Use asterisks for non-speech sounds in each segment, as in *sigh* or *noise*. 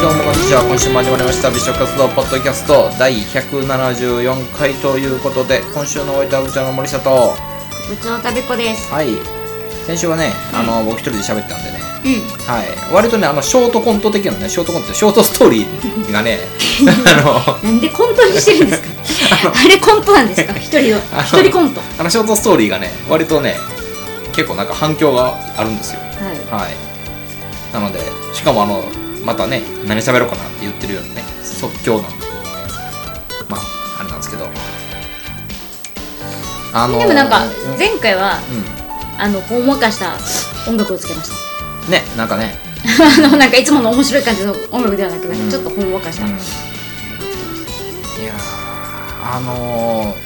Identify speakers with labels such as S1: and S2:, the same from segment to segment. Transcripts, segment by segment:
S1: は今週も始まりました美食活動ポッドキャスト第174回ということで今週のお相手は部長の森下とは
S2: うちのたべこです。
S1: い先週はね、あの僕一人で喋ったんで
S2: う
S1: ね
S2: ん。
S1: はい割とねあのショートコント的なねショートコントショートストーリーがねあ
S2: なんでコントにしてるん
S1: *laughs*
S2: ですか。あれコントなんですか。一人の
S1: あの
S2: 一人コント。は
S1: のあのショートストーリーがね割とね結構なんか反響があるんですよ
S2: い。
S1: はいなのでしかもあのまたね何喋ろうかなって言ってるようにね即興なんでまああれなんですけどあのー
S2: でもなんか
S1: うん
S2: 前回は
S1: う
S2: あのほんわかした音楽をつけまし
S1: んねなんかね、
S2: *laughs* た。あのなんかいつもの面白い感じの音楽ではなくなん
S1: うん
S2: かちょっとほんわかし
S1: う
S2: た。
S1: ん、
S2: うん。
S1: いやーあの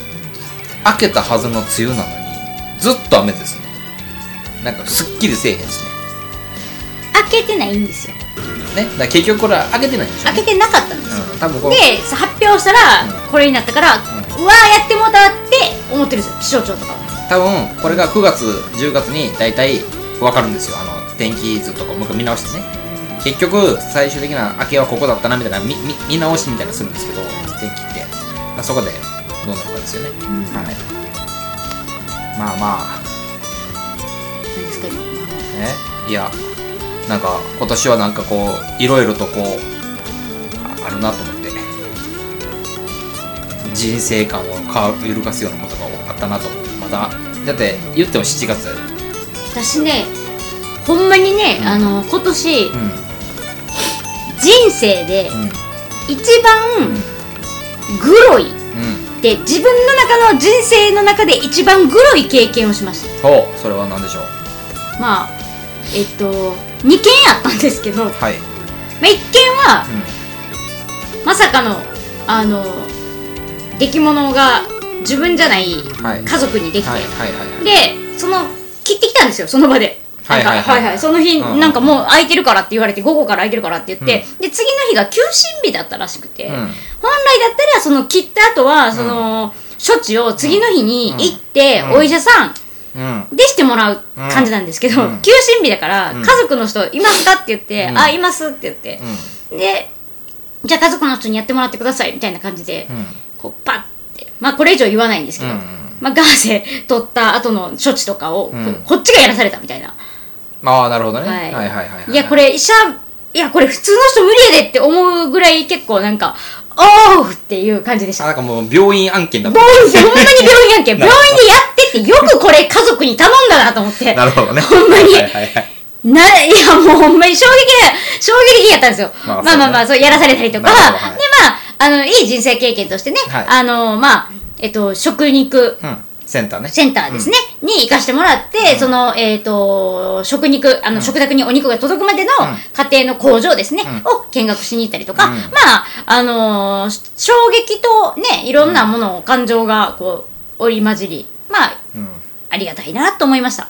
S1: ー、明けたはずの梅雨なのにずっと雨ですねなんかすっきりせえへんし
S2: 開けてないんですよ。
S1: ねねだから結局これは明けてないんでしょ、ね、
S2: 開けてなかったんですよ。
S1: うん、多分これ
S2: でさ発表したら
S1: う
S2: これになったから、う
S1: う
S2: わーやってもうたって思ってるんですよ。気象庁とかは。
S1: 多分これが9月10月に大体分かるんですよあの天気図とかもう一回見直してね結局最終的な明けはここだったなみたいな見見見直しみたいなのするんですけど天気ってまあそこでどうなるかですよね、
S2: ん
S1: はいまあまあ
S2: なんですかね。
S1: ねいやなんか今年はなんかこういろいろとこうああるなと思って人生観をか揺るがすようなことが多かったなと思ってまだだって言っても7月
S2: 私ねほんまにね、
S1: うん
S2: あの今年
S1: うん
S2: 人生で
S1: うん
S2: 一番グロい
S1: うん
S2: で自分の中の人生の中で一番グロい経験をしまし
S1: ほうそれは何でしょう
S2: たまあえっと2件あったんですけど、まあ、
S1: はい
S2: 1件は
S1: う
S2: まさかのあの出来物が自分じゃない
S1: んはい
S2: 家族にできて、
S1: はいはいはいはい
S2: でその切ってきたんですよその場で。
S1: はいはい
S2: なんか
S1: はい
S2: その日、
S1: うん
S2: なんかもう空いてるからって言われて午後から空いてるからって言って、で次の日が休診日だったらしくて、
S1: うん
S2: 本来だったらその切った後はその、処置を次の日に行って、
S1: うん
S2: お医者さん
S1: うん
S2: でしてもらう感じなんですけど、
S1: うん
S2: 休診日だから、
S1: うん
S2: 家族の人いますかって言って、
S1: うん
S2: あいますって言って
S1: う、ん
S2: でじゃあ家族の人にやってもらってくださいみたいな感じで、
S1: うん
S2: こうパッてまあこれ以上言わないんですけど、
S1: うん
S2: まあガーゼ取った後の処置とかを、こ
S1: うん
S2: こっちがやらされたみたいな、
S1: ああなるほどねは
S2: はいい
S1: はいはいはい
S2: いやこれ医者いやこれ普通の人無理やでって思うぐらい結構なんかおーっていう感じでした
S1: あなんかもう病院案件だっ
S2: 病
S1: た
S2: 院ほんまに病院やんけ病院でやってってよくこれ家族に頼んだなと思って
S1: なるほど
S2: *laughs*
S1: ね
S2: ほんまに
S1: はいはいはい
S2: ないやもうほんまに衝撃や衝撃的やったんですよ、
S1: ま
S2: ま
S1: あ
S2: あ、まあまあそうやらされたりとか、
S1: なるほどは
S2: で
S1: い
S2: まああのいい人生経験としてね、
S1: はい
S2: あのまあえっと食肉
S1: うんセンターね
S2: センターですね、に行かしてもらって、その、えっ、と、食肉、あの、食卓にお肉が届くまでの
S1: ん
S2: 家庭の工場ですね、
S1: うん
S2: を見学しに行ったりとか、
S1: うん
S2: まあ、あのーし衝撃とね、いろんなものを、感情が、こう、織り交じり、まあ、
S1: うん
S2: ありがたいなと思いました。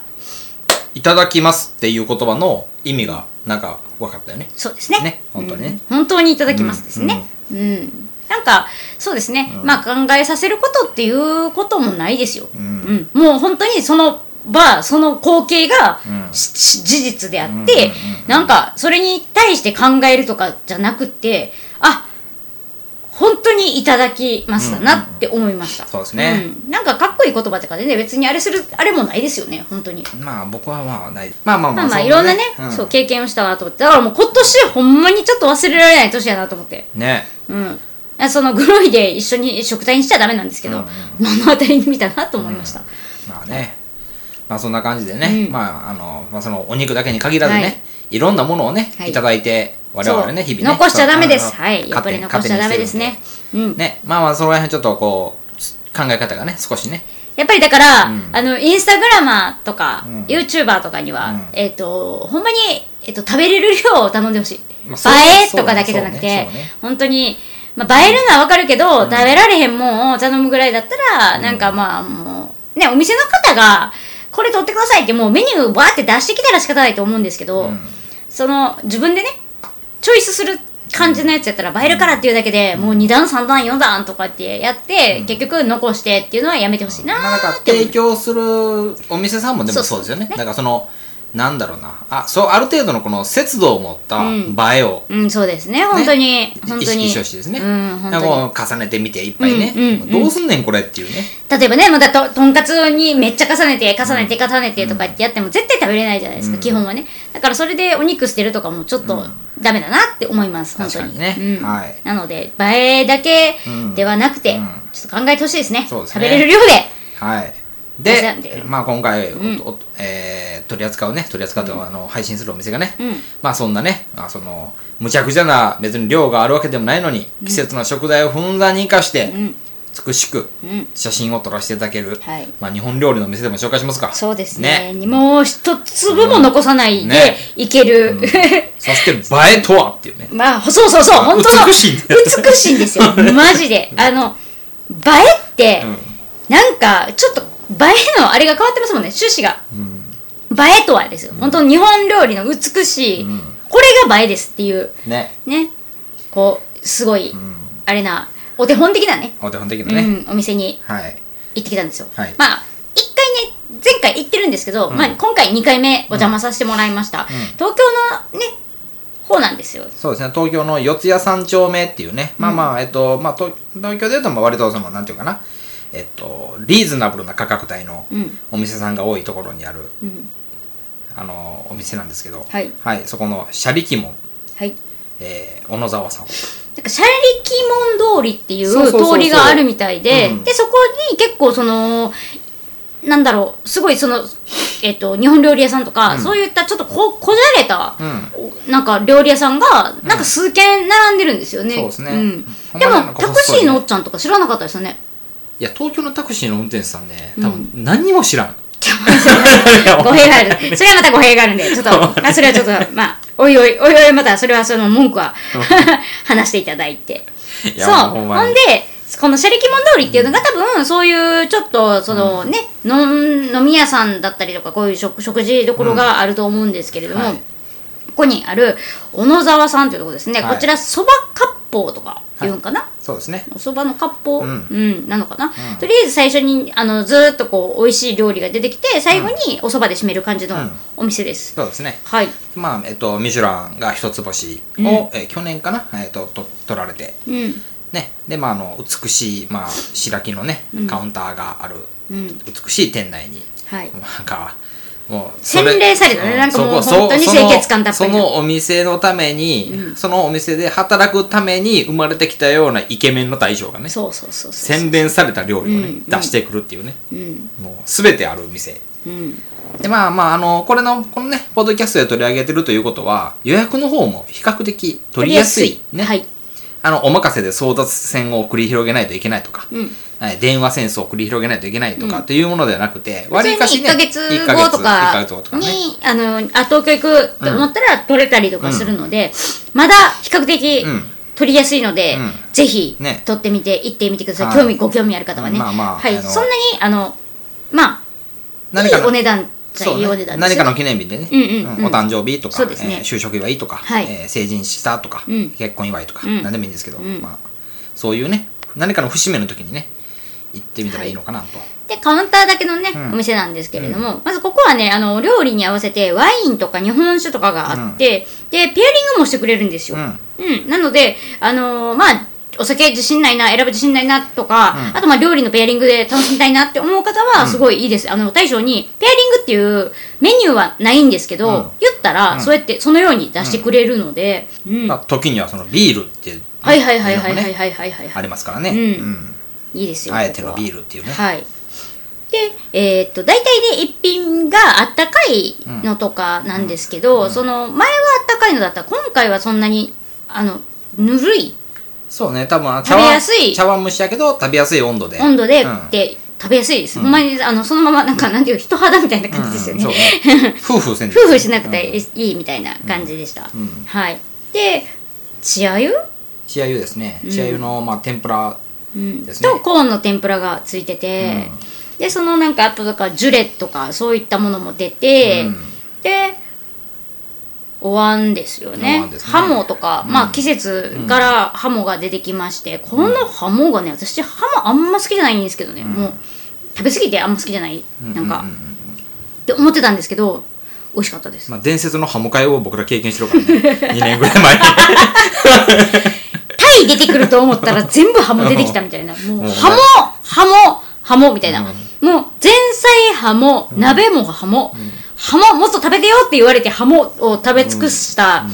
S1: いただきますっていう言葉の意味がなんか分かったよね
S2: そうですね。
S1: ね本当にね
S2: うん本当にいただきますですね。うん。なんか、そうですね、まあ考えさせることっていうこともないですよ。
S1: ん
S2: うんもう本当にその場、その光景が、
S1: うん
S2: しし事実であって、
S1: うんうんうん
S2: なんかそれに対して考えるとかじゃなくて、あ本当にいただきましたなって思いました。
S1: うんそうですね
S2: うんなんかかっこいい言葉とかでね、別にあれする、あれもないですよね、本当に。
S1: まあ僕はまあないまあまあま
S2: ま
S1: あ
S2: あまあ
S1: そ
S2: いうろんなね、
S1: う
S2: そう経験をしたなと思ってだからもう今年ほんまにちょっと忘れられない年やなと思って
S1: ね
S2: うんあそのグロいで一緒に食材にしちゃダメなんですけど、
S1: うんうん
S2: 目の当たりに見たなと思いました、
S1: まあねまあそんな感じでね、
S2: うん
S1: まああの、まあ、そのお肉だけに限らずね、
S2: はい
S1: い、ろんなものをね、
S2: はい
S1: い、ただいて我々ね
S2: そう
S1: 日々ね
S2: 残しちゃダメで
S1: そ
S2: す
S1: う
S2: はいやっぱり残し
S1: 勝手
S2: ちゃ
S1: に
S2: ダメですね
S1: 勝
S2: うん
S1: 手にしてるんでねまあまあその辺ちょっとこうす考え方がね少しね
S2: やっぱりだから、
S1: うん
S2: あのインスタグラマーとか、
S1: うん
S2: YouTuber とかには、
S1: うん
S2: えっ、とほんまに、えっと食べれる量を頼んでほしい、
S1: まあそう
S2: 映え
S1: そう
S2: とかだけじゃなくて、
S1: そうねそうね
S2: 本当に、まあ、映えるのはわかるけど、食べられへんもんを頼むぐらいだったら、なんかまあもうねお店の方がこれ取ってくださいってもうメニューバーって出してきたら仕方ないと思うんですけど、
S1: うん
S2: その自分でねチョイスする感じのやつやったら映えるからっていうだけで、もう2段3段4段とかってやって、結局残してっていうのはやめてほしいな
S1: まあなんか
S2: って思う
S1: 提供するお店さんもでもそうですよ
S2: そ
S1: ね
S2: うそうね
S1: だからそのなんだろうなあそうある程度のこの節度を持った映えを、
S2: うん、そうですね、本当に、本
S1: 意
S2: 当に。
S1: 識してほしいですね、
S2: うん、本
S1: だから
S2: 当
S1: もう重ねてみていっぱいね、
S2: うんうんうん
S1: どうすんねんこれっていうね
S2: に。例えばね、またと、とんかつにめっちゃ重ねて、重ねて、重ねてとかってやっても絶対食べれないじゃないですか、
S1: うん
S2: 基本はね。だからそれでお肉捨てるとかもちょっとダメだなって思います、本当に。
S1: 確かにね
S2: うん
S1: はい
S2: なので、映えだけではなくて、
S1: うん
S2: ちょっと考えてほしいですね。
S1: そうです
S2: 食
S1: ね
S2: べれる量で。
S1: はい
S2: 挟んで
S1: で、まあ、今回おとおとえー取り扱うね取り扱うというかあの配信するお店がね、
S2: うん
S1: まあそんなね、まあ、そのむちゃくちゃな別に量があるわけでもないのに季節の食材をふんだんに生かして、
S2: うん、
S1: 美しく
S2: うん。
S1: 写真を撮らせていただける、
S2: はい
S1: まあ、日本料理の店でも紹介しますか
S2: そうですね。もう一粒も残さないで
S1: ね
S2: いける。 *laughs*
S1: そして映えとはっていうね
S2: まあ、そうそうそう、本当の
S1: 美しいんだよ
S2: 美しいん
S1: *laughs*
S2: ですよ、マジで。あの、映えって、
S1: うん
S2: なんか、ちょっと、映えのあれが変わってますもんね、趣旨が。
S1: うん
S2: 映えとはですよ。本当に日本料理の美しい、
S1: うん
S2: これが映えですっていう、
S1: ね
S2: ね、こう、すごい、
S1: うん
S2: あれな、お手本的なね、
S1: お手本的なね、
S2: うん、お店に
S1: はい
S2: 行ってきたんですよ。
S1: はい
S2: まあ、一回ね、前回行ってるんですけど、まあ、今回2回目お邪魔させてもらいました。東京のね、方なんですよ。
S1: そうですね東京の四谷三丁目っていうね、まあまあえっとまあ東東京でいうとまあ割とそのなんていうかなえっとリーズナブルな価格帯の
S2: うん
S1: お店さんが多いところにある、
S2: うん。
S1: あのお店なんですけど
S2: はい
S1: そこのシャリキモン、
S2: はい。
S1: えー小野沢さ
S2: な
S1: ん
S2: んかシャリキモン通りっていう
S1: そうそうそうそう
S2: 通りがあるみたいで、
S1: うん
S2: で、そこに結構その、なんだろう、すごいその、えっ、と、日本料理屋さんとか、
S1: うん
S2: そういったちょっとこ、こじゃれた、
S1: うん
S2: なんか料理屋さんが、なんか数軒並んでるんですよね。
S1: そうですね
S2: ん
S1: ほん
S2: で
S1: ま
S2: も
S1: になん、か
S2: タ
S1: 細いね
S2: クシーのおっちゃんとか知らなかったですよね。
S1: いや東京のタクシーの運転手さんね多分何にも知らん、いや
S2: 語弊がある。それはまた語弊があるんで、ちょっと、まあ、それはちょっと、まあ、おいおい、おいおい、また、それはその文句は *laughs* 話していただいて。
S1: いや
S2: そう。
S1: ほ
S2: ほ
S1: んまに
S2: んで、このシャリキモン通りっていうのが多分、そういうちょっと、そのね、のん飲み屋さんだったりとか、こういう食食事どころがあると思うんですけれども、
S1: はい
S2: ここにある小野沢さんというところですね。
S1: はい
S2: こちら、そば割烹とか言うんかな、
S1: そうですね
S2: お蕎麦の割烹、う
S1: うんん
S2: なのかな、とりあえず最初にあのずーっとこう美味しい料理が出てきて最後にお蕎麦で締める感じの
S1: うん
S2: お店です、
S1: そうですね
S2: はい
S1: まあえっとミシュランが一つ星を、えー去年かな、えっとと取られて
S2: うん
S1: ね、でまああの美しい、まあ、白木のね、カウンターがある
S2: うん
S1: 美しい店内に
S2: はい
S1: なんかもう
S2: 洗練されたね
S1: う
S2: なんかもう
S1: そこ
S2: 本当に
S1: そその
S2: 清潔感たっぷりな
S1: そのお店のために、そのお店で働くために生まれてきたようなイケメンの大将がね
S2: そうそうそうそう
S1: 洗練された料理をね、
S2: うん
S1: 出してくるっていうね
S2: うん
S1: もう全てある店
S2: うん
S1: でまあまああのこれのこのねポッドキャストで取り上げてるということは予約の方も比較的取りやすいね、
S2: はい
S1: あのお任せで争奪戦を繰り広げないといけないとか、
S2: うん
S1: はい電話戦争を繰り広げないといけないとかっていうものではなくて、割りか
S2: 普通
S1: し
S2: に
S1: ね
S2: 1ヶ月後と
S1: 1ヶ
S2: か
S1: 月後とかね
S2: にあのあ東京行くと思ったら取れたりとかするので、まだ比較的
S1: うん
S2: 取りやすいので、
S1: うん
S2: ぜひ
S1: ね
S2: 取ってみて行ってみてください、
S1: はい
S2: 興味ご興味ある方はね、
S1: まあまあ
S2: はい
S1: あの
S2: そんなにあのまあい
S1: 何
S2: い
S1: かの
S2: お値段じゃ
S1: そ
S2: い
S1: うね
S2: いお値段です
S1: 何
S2: よ
S1: かの記念日でね、
S2: うんうんうん
S1: お誕生日とか、
S2: そうですね
S1: えー就職祝いとか、
S2: はい
S1: えー成人したとか、
S2: うん
S1: 結婚祝いとか、
S2: うん
S1: 何でもいいんですけど、
S2: うん
S1: まあ、そういうね何かの節目の時にね行ってみたらいいのかなと、
S2: でカウンターだけのね、
S1: ん
S2: お店なんですけれども、まずここはねあの料理に合わせてワインとか日本酒とかがあって、でペアリングもしてくれるんですよ、うん、なので、あのーまあ、お酒自信ないな、選ぶ自信ないなとか、あとまあ料理のペアリングで楽しみたいなって思う方は、すごいいいです。あの、大将に、ペアリングっていうメニューはないんですけど、
S1: うん
S2: 言ったら、そうやって、そのように出してくれるので、うん。
S1: うんまあ、時にはそのビールっていうのもね、
S2: はいはいはいはいはいはいはいはい、
S1: ありますからね、
S2: うん
S1: うん
S2: い。いですよ。
S1: あえての
S2: ここは
S1: ビールっていうね、
S2: はい。で、えーっと、大体ね、一品があったかいのとかなんですけど、その、前はあったかいのだったら、今回はそんなに、あの、ぬるい
S1: そうね多分あの
S2: 食べやすい
S1: 茶碗蒸しやけど食べやすい温度で
S2: 温度で
S1: うん
S2: って食べやすいです、ほんまにあのそのままなんかなんていう人肌みたいな感じですよね,、 *laughs*
S1: うんそうね夫婦せんで
S2: 夫婦しなくていいみたいな感じでした、
S1: うんうん
S2: はいで血あゆ、
S1: 血あゆですね血あゆの、まあ、天ぷら
S2: うん
S1: ですね
S2: とコーンの天ぷらがついてて、でそのなんかあとだからジュレとかそういったものも出て、
S1: うん
S2: でお椀ですよ
S1: お
S2: ね
S1: 椀ですね
S2: ハモとか、まあ季節からハモが出てきまして、このハモがね私ハモあんま好きじゃないんですけどね、もう食べ過ぎてあんま好きじゃない、なんか、って思ってたんですけど美味しかったです。
S1: まあ、伝説のハモ会を僕ら経験してる
S2: *laughs*
S1: からね。2年ぐらい前に。
S2: タイ出てくると思ったら全部ハモ出てきたみたいな。も *laughs* う、ハモハモハモみたいな。もう、前菜ハモ、鍋もハモ、ハモもっと食べてよって言われてハモを食べ尽くした、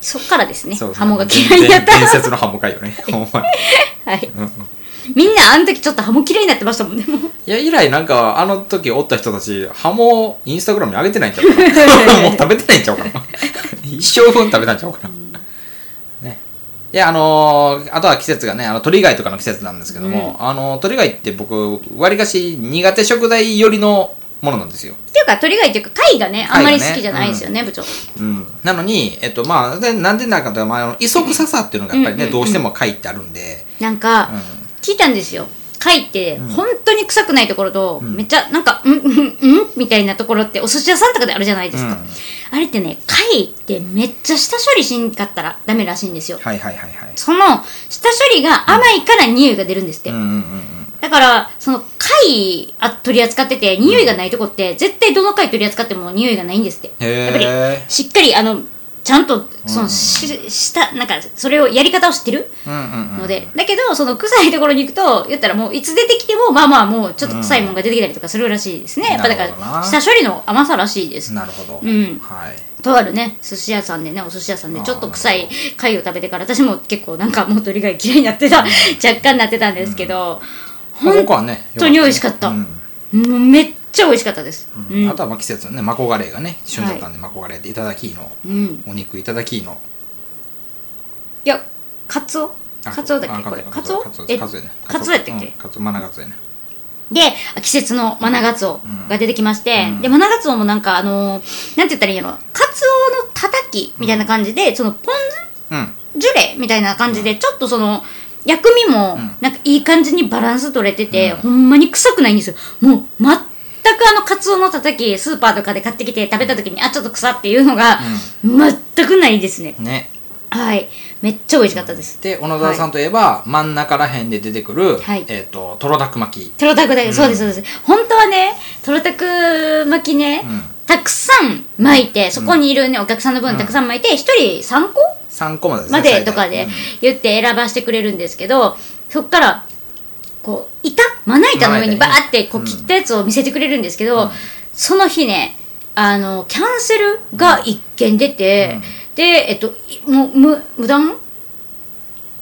S2: そっからですね、
S1: そうそう
S2: ハモが嫌いになった。
S1: 伝伝説のハモ会よね。ほんまに。
S2: *laughs* はい
S1: んうん。
S2: みんなあの時ちょっとハモ嫌いになってましたもんね、もう。
S1: いや、以来なんか、あの時おった人たち、ハモをインスタグラムに上げてないんちゃうか
S2: *laughs*
S1: な。もう食べてないんちゃうかな。一生分食べたんちゃうかな。ね。いや、あのーあとは季節がね、あの、鳥以外とかの季節なんですけども、あの、鳥以外って僕、割かし苦手食材寄りのものなんですよ。
S2: っていうか、鳥貝っていうか、貝がね、あんまり
S1: 貝がね
S2: 好きじゃないんですよね、部長。
S1: うん。なのに、えっと、まあ、でなんでなんかというと、まああの、磯臭さっていうのがやっぱりね、
S2: うんうんうん
S1: どうしても書いてあるんで、
S2: なんか、
S1: う
S2: 聞いたんですよ。貝って、本当に臭くないところと、
S1: ん
S2: めっちゃ、なんか、うん、うん、うんみたいなところって、お寿司屋さんとかであるじゃないですか。
S1: うん
S2: あれってね、貝ってめっちゃ下処理しんかったらダメらしいんですよ。
S1: はいはいはいはい。
S2: その、下処理が甘いから匂いが出るんですって。
S1: うんうんうん
S2: だから、その、貝あ取り扱ってて、匂いがないとこって、絶対どの貝取り扱っても匂いがないんですって。
S1: うん。へ
S2: やっぱり
S1: え。
S2: しっかりあのちゃんとそ
S1: うん
S2: のししたなんかそれをやり方を知ってる
S1: うんうんう
S2: の
S1: ん。
S2: で、だけどその臭いところに行くと言ったらもういつ出てきてもまあまあもうちょっと臭いもんが出てきたりとかするらしいですね、やっぱだか
S1: なるほどな
S2: ら下処理の甘さらしいです
S1: なるほど。
S2: うん
S1: はい。
S2: とあるね寿司屋さんでねお寿司屋さんでちょっと臭い貝を食べてから私も結構なんかもう鳥が嫌いになってた若干なってたんですけど、
S1: まあ
S2: ほん
S1: 僕はね、
S2: 本当に美味しかった
S1: うん
S2: もうめっちゃ美味しかったですうん、
S1: あとはまあ季節のね、マコガレーがね、旬だったんで、マコガレーでいただきの、
S2: うん、
S1: お肉いただきの。
S2: いやカツオ
S1: あ
S2: カツオだっけ
S1: あ
S2: これ
S1: カ
S2: カ
S1: ツ
S2: ツ
S1: オ
S2: オ
S1: カツオ
S2: え
S1: カツオやね。
S2: カツオやったっけ
S1: うんカツオ、マナガツオやね。
S2: で、季節のマナガツオが出てきまして、
S1: うん
S2: で、マナガツオもなんか、あのーなんて言ったらいいんやろ、カツオのたたきみたいな感じで、そのポン
S1: うん。
S2: ジュレみたいな感じで、ちょっとその、薬味も
S1: ん、
S2: なんかいい感じにバランス取れてて、
S1: うん
S2: ほんまに臭くないんですよ。もう、全くあの、カツオのたたき、スーパーとかで買ってきて食べた時に、あ、ちょっと臭っていうのが、全くないですね。
S1: ね。
S2: はい。めっちゃ美味しかったです。
S1: で、小野沢さんといえば、真ん中ら辺で出てくる
S2: はい、
S1: えっと、トロダク巻き。
S2: トロタクだけ、そうです、そうです。本当はね、トロタク巻きね、
S1: うん
S2: たくさん巻いて、そこにいるね、お客さんの分たくさん巻いて、一人3個
S1: 3個までですね
S2: ま
S1: 最
S2: で
S1: 大
S2: とかで
S1: うん
S2: 言って選ばしてくれるんですけど、そっから、こう、板まな板の上にバ
S1: まな板
S2: ーっ
S1: にね
S2: てこ
S1: う
S2: うん切ったやつを見せてくれるんですけど、
S1: うん
S2: その日ね、あの、キャンセルが一件出て、で、えっと、いもう、無、無断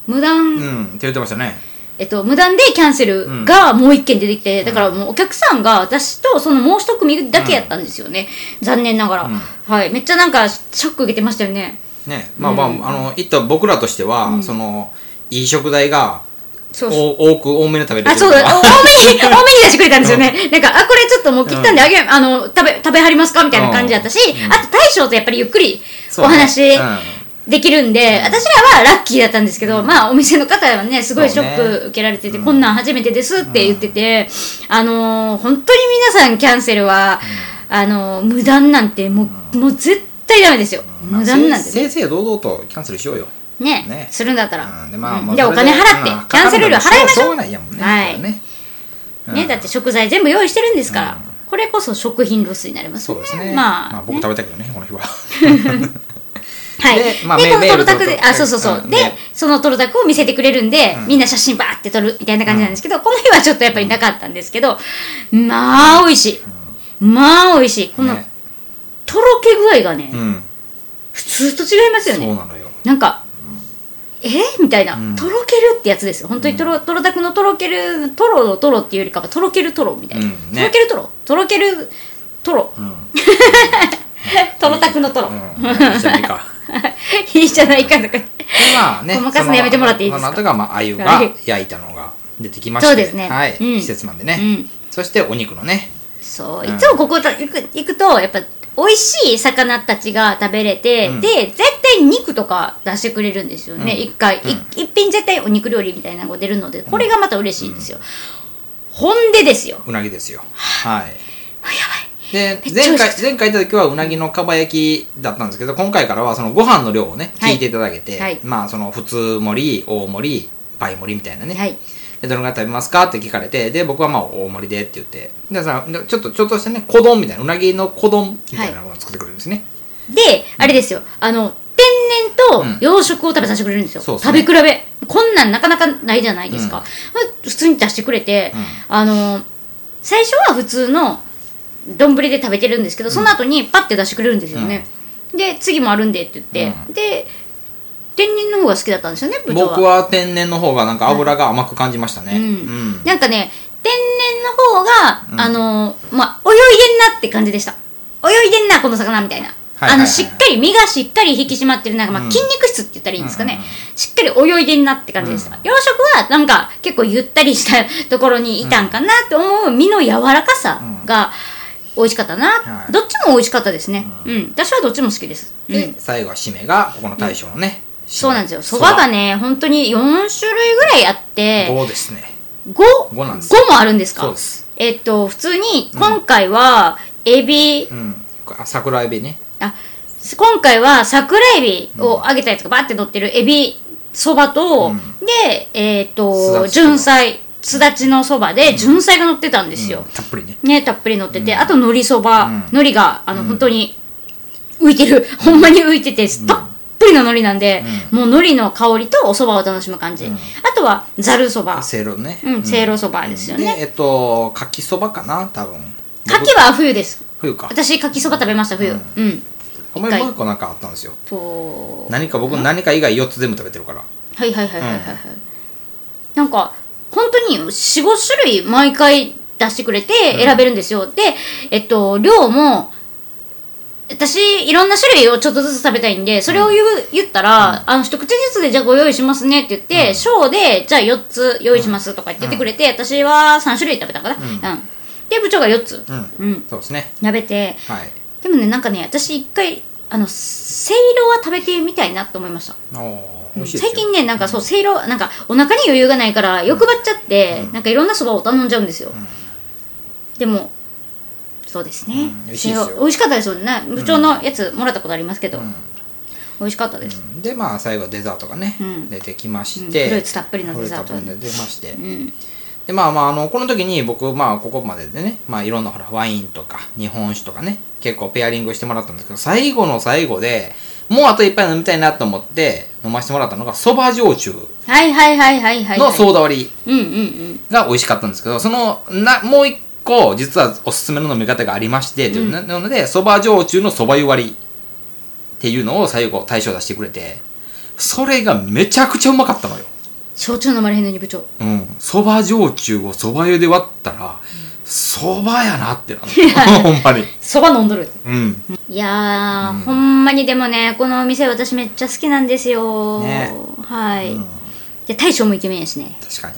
S2: 無断
S1: うん、って言ってましたね。
S2: えっと、無断でキャンセルがもう一件出てきて、だからもうお客さんが私とそのもう一組だけやったんですよね、残念ながら、
S1: ん
S2: はいめっちゃなんかショック受けてましたよね
S1: ね。まあまあ、あの、いった僕らとしては、その、いい食材が、
S2: そうそう
S1: お多く、多めに食べれる。
S2: あそうだお
S1: *laughs*
S2: 多めに多めに出してくれたんですよね、なんかあこれちょっともう切ったんであげ、あの食べ食べはりますかみたいな感じだったし、あと大将とやっぱりゆっくりお
S1: そうね
S2: 話
S1: うん
S2: できるんで、私らはラッキーだったんですけど、まあお店の方はねすごいショッ
S1: そうね
S2: ク受けられてて、こんなん初めてですって言ってて、あのー本当に皆さんキャンセルは、あのー無断なんてもう,、もう絶対ダメですよ、
S1: まあ
S2: 無断なんてね
S1: せ正々堂々とキャンセルしようよ。
S2: ね
S1: ね
S2: するんだったら、
S1: うんでまあ
S2: うん
S1: まあ
S2: でお
S1: そ
S2: 金
S1: れで
S2: 払って、
S1: うん
S2: キャンセル料払いまし
S1: しょう
S2: ょ
S1: が
S2: う
S1: ないやもんね。
S2: はい
S1: それね
S2: ね、だって食材全部用意してるんですから、これこそ食品ロスになります
S1: そうですね。
S2: まあ、
S1: 僕食べたけどね、この日は。
S2: はい。
S1: で
S2: で、
S1: まあ
S2: この
S1: メ
S2: トロタ
S1: メ
S2: ク
S1: ール
S2: で、
S1: と
S2: あ、そうそうそう。
S1: うん
S2: で
S1: ね、
S2: そのトロタクを見せてくれるんで、みんな写真バーって撮るみたいな感じなんですけど、この日はちょっとやっぱりなかったんですけど、まあ、美味しい。まあ、美味しい。 *laughs* この、
S1: ね
S2: とろけ具合がね、
S1: うん。
S2: 普通と違いますよ
S1: そう
S2: ね。
S1: なのよ。
S2: なんか、えーみたいな、
S1: ん
S2: とろけるってやつですよ。本当にとろ、とろたくのとろける、とろのとろっていうよりかは、とろけるとろみたいな。
S1: うんね
S2: とろけるとろ。とろけるとろ。
S1: うん。
S2: とろたくのとろ。 *laughs*
S1: うん。じゃないか。
S2: いいじゃないかとか。
S1: でまあね、
S2: ごまかすのやめてもらっていいですか
S1: その後が、まあ、鮎が
S2: はい
S1: 焼いたのが出てきまして。
S2: そうですね
S1: はい。
S2: うん
S1: 季節なんでね。
S2: うん
S1: そして、お肉のね。
S2: そうう、
S1: ん
S2: いつもここた行く行くとやっぱ美味しい魚たちが食べれて、
S1: うん
S2: で絶対肉とか出してくれるんですよね、
S1: うん
S2: 一回、い一品絶対お肉料理みたいなのが出るのでこれがまた嬉しいんですよ、ほんでですよ
S1: うなぎですよ。はい。で
S2: めっちゃ美味し
S1: 前回
S2: かっ
S1: 前回行った時はうなぎのかば焼きだったんですけど今回からはそのご飯の量をね
S2: はい
S1: 聞いていただけて、
S2: はい
S1: まあその普通盛り大盛り倍盛りみたいなね、
S2: はい
S1: でどのぐらい食べますかって聞かれて、で、僕はまあ大盛りでって言って、でさ、ちょっと、ちょっとしたね、小丼みたいな、うなぎの小丼みたいなものを作ってくれるんですね。
S2: で、あれですよ、あの、天然と養殖を食べさせてくれるんですよ。
S1: そうそう
S2: 食べ比べ。こんなんなかなかないじゃないですか。まあ普通に出してくれて、あの、最初は普通の丼で食べてるんですけど、その後にパッて出してくれるんですよね。で、次もあるんでって言って、で、天然の方が好きだったんですよね、豚は。
S1: 僕は天然の方がなんか油が甘く感じましたね。
S2: うん
S1: うん。
S2: なんかね、天然の方が、あのー、まあ、泳いでんなって感じでした。泳いでんな、この魚みたいな。
S1: はいはい
S2: あの、
S1: はい
S2: しっかり、身がしっかり引き締まってる、なんか、まあ、筋肉質って言ったらいいんですかね。しっかり泳いでんなって感じでした。養殖は、なんか、結構ゆったりしたところにいたんかなって思う身の柔らかさが、美味しかったな、
S1: はい
S2: どっちも美味しかったですね。うん。私はどっちも好きです。うん
S1: で、最後は締めが、ここの大将のね、締め
S2: そうなんですよ。そばがね、本当に4種類ぐらいあって、
S1: そうですね。
S2: 5,
S1: 五なんです
S2: もあるんですか
S1: そうです
S2: えっと普通に今回はエビ、
S1: うん。あ桜エビね。
S2: あ今回は桜エビを揚げたやつがバーって乗ってるエビそばと、
S1: うん
S2: でえっ
S1: すだ
S2: と
S1: ちそば
S2: 純菜すだちのそばで純菜が乗ってたんですよ、
S1: たっぷりね。
S2: ねたっぷり乗ってて、あと海苔そば、
S1: うん
S2: 海苔があの、本当に浮いてるほんまに浮いててたっぷりの海苔なんで、もう海苔の香りとおそばを楽しむ感じ、あとはざるそば
S1: せいろね。
S2: うん、せいろそばですよ
S1: で
S2: ね。
S1: えっと、かきそばかな、多分。
S2: 牡蠣は冬です。
S1: 冬か。
S2: 私、牡蠣そば食べました、冬。うん。
S1: お前もう一個なんかあったんですよ。
S2: と、
S1: 何か僕何か以外4つ全部食べてるから。
S2: はいはいはいはいはい。はいなんか、本当に4、5種類毎回出してくれて選べるんですよ。で、えっと、量も、私、いろんな種類をちょっとずつ食べたいんで、それを言う言ったら、あの、一口ずつで、じゃあご用意しますねって言って、小で、じゃあ4つ用意しますとか言って言ってくれて、私は3種類食べたかな。うん。で、部長が4つ。
S1: う
S2: うん。
S1: そうですね。
S2: 食べて、
S1: はい。
S2: でもねなんかね私一回あのせいろは食べてみたいなと思いました
S1: おー美味しいですよ
S2: 最近ねなんかそうせいろなんかお腹に余裕がないから欲張っちゃって、なんかいろんなそばを頼んじゃうんですよ、でもそうですね、
S1: うん美味しいですよ
S2: せろ美味しかったですよね部長のやつもらったことありますけど、美味しかったです、
S1: でまあ最後デザートがね、
S2: ん
S1: 出てきまし
S2: う
S1: て、
S2: んフルーツたっぷりのデザート
S1: フルツたっぷりの出まして、
S2: ん
S1: でまあまああのこの時に僕まあここまででねまあいろんなほらワインとか日本酒とかね結構ペアリングしてもらったんですけど最後の最後でもうあと一杯飲みたいなと思って飲ませてもらったのがそば焼酎
S2: はいはいはいはいはい、はい、
S1: のソーダ割り
S2: うんうんうん
S1: が美味しかったんですけどそのなもう一個実はおすすめの飲み方がありまして、というななのでそば焼酎のそば湯割りっていうのを最後対象出してくれてそれがめちゃくちゃうまかったのよ
S2: 焼酎飲まれへんのに部長
S1: うんそば焼酎をそば湯で割ったらそばやなってなの
S2: *laughs*
S1: ほんまに
S2: そば飲んどる
S1: うん
S2: いやー、ほんまにでもねこのお店私めっちゃ好きなんですよ、
S1: ね
S2: はい、で大将もイケメンやしね
S1: 確かに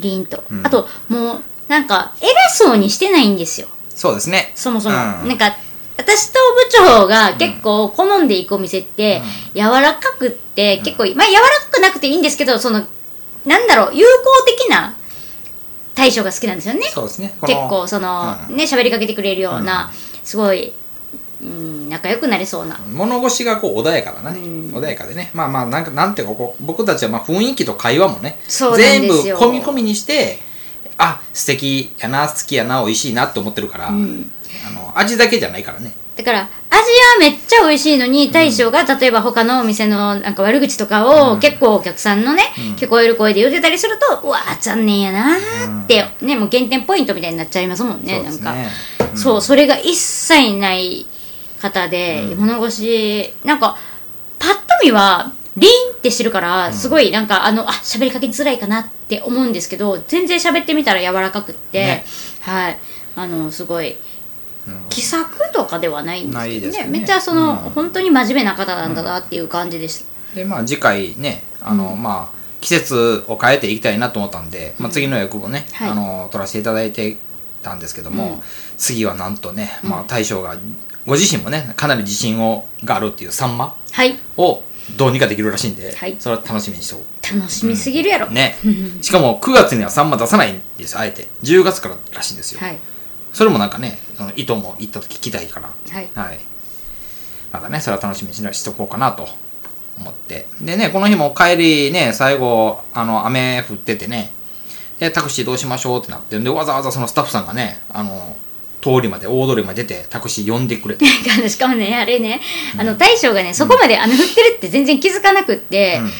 S2: リーンと、
S1: ん
S2: あともうなんか偉そうにしてないんですよ
S1: そうですね
S2: そもそも、
S1: うん
S2: なんか私と部長が結構好んでいくお店って、柔らかくって結構いい、まあ柔らかくなくていいんですけどそのなんだろう友好的な大将が好きなんですよね
S1: そうですねこの
S2: 結構その、
S1: うん
S2: ね喋りかけてくれるような、すごい、うん、仲良くなれそうな
S1: 物腰がこう穏やかだなね、穏やかでねまあまあなんかなんていうかこう僕たちはまあ雰囲気と会話もね
S2: そうなん
S1: 全
S2: で
S1: 部
S2: すよ
S1: 込み込みにしてあ素敵やな好きやな美味しいなって思ってるから、あの味だけじゃないからね
S2: だから、味はめっちゃ美味しいのに、大将が、例えば他のお店のなんか悪口とかを、結構お客さんのね、聞こえる声で言ってたりすると、うわー、残念やなーって、ね、もう減点ポイントみたいになっちゃいますもんね、
S1: そ
S2: な
S1: うで
S2: ん
S1: す
S2: か。
S1: ね
S2: そう、それが一切ない方で、物腰、なんか、パッと見は、リンってしてるから、すごいなんか、あの、あ、喋りかけづらいかなって思うんですけど、全然喋ってみたら柔らかくって、
S1: ね
S2: はい、あの、すごい、気さくとかではないんです
S1: ない
S2: け
S1: で
S2: ど
S1: す
S2: ね
S1: ね
S2: めっちゃその、本当に真面目な方なんだなっていう感じです、
S1: でまあ次回ねあの、まあ季節を変えていきたいなと思ったんで、まあ、次の役もね、
S2: はい
S1: あの取らせていただいてたんですけども、次はなんとね、まあ、大将がご自身もねかなり自信をがあるっていうサンマ
S2: はい
S1: をどうにかできるらしいんで、
S2: はい
S1: それは楽しみにしておこ
S2: 楽しみすぎるやろ、*laughs*
S1: うねしかも9月にはサンマ出さないんですよあえて10月かららしいんですよ、
S2: はい
S1: それもなんかねその糸も行ったと聞きたいから
S2: はい
S1: またねそれは楽しみにしなしとこうかなと思ってでねこの日も帰りね最後あの雨降っててねで、タクシーどうしましょうってなって、で、わざわざそのスタッフさんがね、あの、通りまで、大通りまで出て、タクシー呼んでく
S2: *laughs*
S1: れて。
S2: なんかあのしかもねあれねあの大将がねそこまで雨降ってるって全然気づかなくって「
S1: うん
S2: あ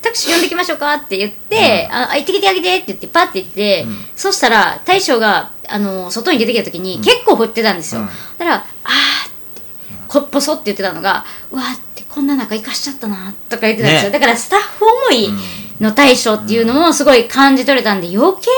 S2: タクシー呼んできましょうか」って言って「ああ行ってきてあげて」って言ってパッて行って、
S1: うん
S2: そしたら大将があの外に出てきた時に結構降ってたんですよ、
S1: うん
S2: だから「あー」ってこポソって言ってたのが「うわーってこんな中行かしちゃったな」とか言ってたんですよ、
S1: ね
S2: だからスタッフ思いの大将っていうのもすごい感じ取れたんで余計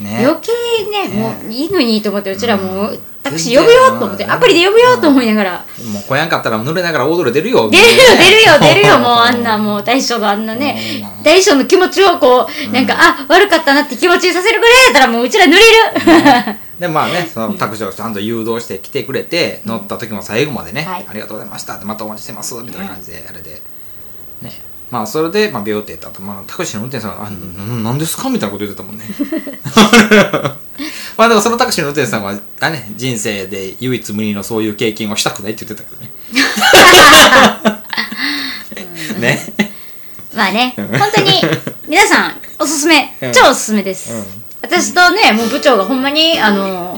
S1: ね。
S2: 余計ね
S1: ね
S2: もういいのにと思ってうちらも
S1: うん
S2: うタクシー呼ぶよと思って
S1: 全然
S2: アプリで呼ぶよと思いながら
S1: もう来やんかったら濡れながら大通り出るよ。
S2: 出るよ出るよ出るよもうあんな
S1: も
S2: もう大将のあんなね
S1: うん
S2: 大将の気持ちをこうなんかあ悪かったなって気持ちにさせるぐらいやったらもううちら濡れる
S1: でまあね、そのタクシーをちゃんと誘導して来てくれて、乗った時も最後までね、
S2: はい
S1: ありがとうございましたって、またお待ちしてますみたいな感じで、あれで、ね、まあそれで、まあ、病院ってったと、まあ、タクシーの運転手さんが、あななんですかみたいなこと言ってたもんね。まあでもそのタクシーの運転手さんは、だね、人生で唯一無二のそういう経験をしたくないって言ってたけ *laughs* どね。ね。
S2: *laughs* まあね本当に皆さんおすすめ
S1: うん
S2: 超おすすめで
S1: うん
S2: す私とねもう部長がほんまにあの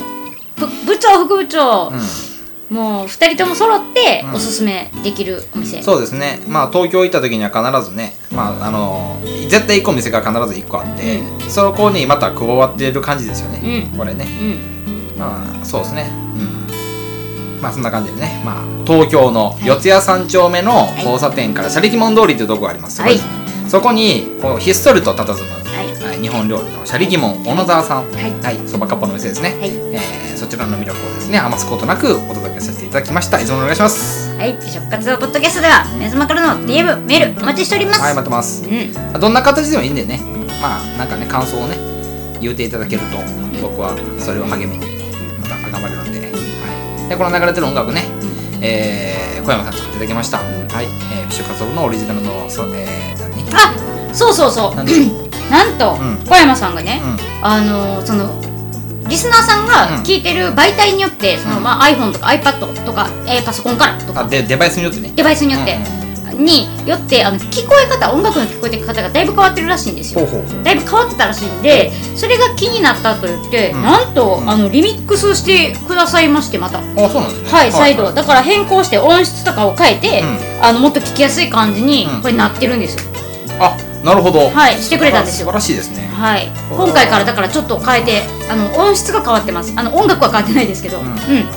S2: ぶ部長副部長
S1: うん
S2: もう二人とも揃って
S1: うん
S2: おすすめできるお店
S1: そうですね、まあ、東京行った時には必ずね、まあ、あの絶対1個店が必ず1個あって、そこにまた加わってる感じですよね、
S2: う
S1: これね
S2: うん
S1: まあそうですねうんまあそんな感じでね、まあ、東京の四谷三丁目の交差点から斜里門通りというところがあります、
S2: はい
S1: そこですねそこにこうひっそりと佇む、
S2: い
S1: はい日本料理の斜里門小野沢さん
S2: はい
S1: そばかっぽのお店ですね、
S2: はい
S1: えーそちらの魅力をですね余すことなくお届けさせていただきました以上お願いします
S2: はい、美食活動ポッドキャストでは皆様からの DM、メールお待ちしております。
S1: はい待ってます
S2: うん、
S1: どんな形でもいいんでね、まあなんかね、感想をね、言うていただけると、僕はそれを励みに、また頑張れるんで、はい。で、この流れてる音楽ね、えー、小山さん作っていただきました。はい。えー、フィッシュカツオのオリジナルの、そうえー、何
S2: あ、そうそうそう。
S1: 何でしょう
S2: なんと、
S1: うん
S2: 小山さんがね、
S1: うん。
S2: あのーそのリスナーさんが聞いてる媒体によって、そのまあ iPhone とか iPad とか、えーパソコンからと
S1: あ、
S2: か
S1: で、デバイスによってね。
S2: デバイスによって、によってあの聞こえ方、音楽の聞こえ方がだいぶ変わってるらしいんです
S1: ほう
S2: よ。
S1: ほうほう。
S2: だいぶ変わってたらしいんで、それが気になったと言って、
S1: うん
S2: なんと、
S1: うん
S2: あのリミックスしてくださいましてまた。
S1: あ、そうなんですね。
S2: はい、再度。だから変更して音質とかを変えて、あのもっと聞きやすい感じに
S1: うん
S2: これなってるんですよ。
S1: あ、なるほど。
S2: はいしてくれたんですよ
S1: 素晴らしいですね。
S2: はい。
S1: ほう
S2: 今回からだからちょっと変えて、あの音質が変わってます。あの音楽は変わってないですけど、
S1: う
S2: うんん、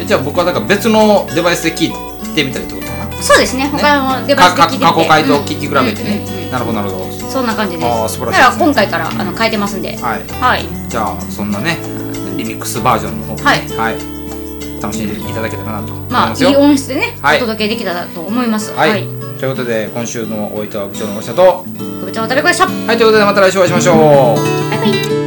S1: えじゃあ僕はだから別のデバイスで聞いてみたりってことかな。
S2: そうですね。他のデバイスで聞いてみて、
S1: かか過去回と聞き比べてね。
S2: うんうんうん
S1: なるほど、なるほど。
S2: そんな感じで
S1: あー素
S2: す。
S1: 晴
S2: だ
S1: らしい
S2: から
S1: ですね
S2: 今回からあの変えてますんで、
S1: はい。
S2: はい。
S1: じゃあそんなねリミックスバージョンの方もね
S2: はい
S1: はい、楽しんでいただけたらなと思
S2: ま
S1: いま
S2: あ
S1: す
S2: いい
S1: よ。
S2: 音質でね、
S1: はい
S2: お届けできたらと思います。
S1: は、
S2: はいい。
S1: ということで今週のおいとは部長のおしゃと
S2: ご部長お食べください。
S1: はいということでまた来週お会いしましょう。
S2: バイバイ。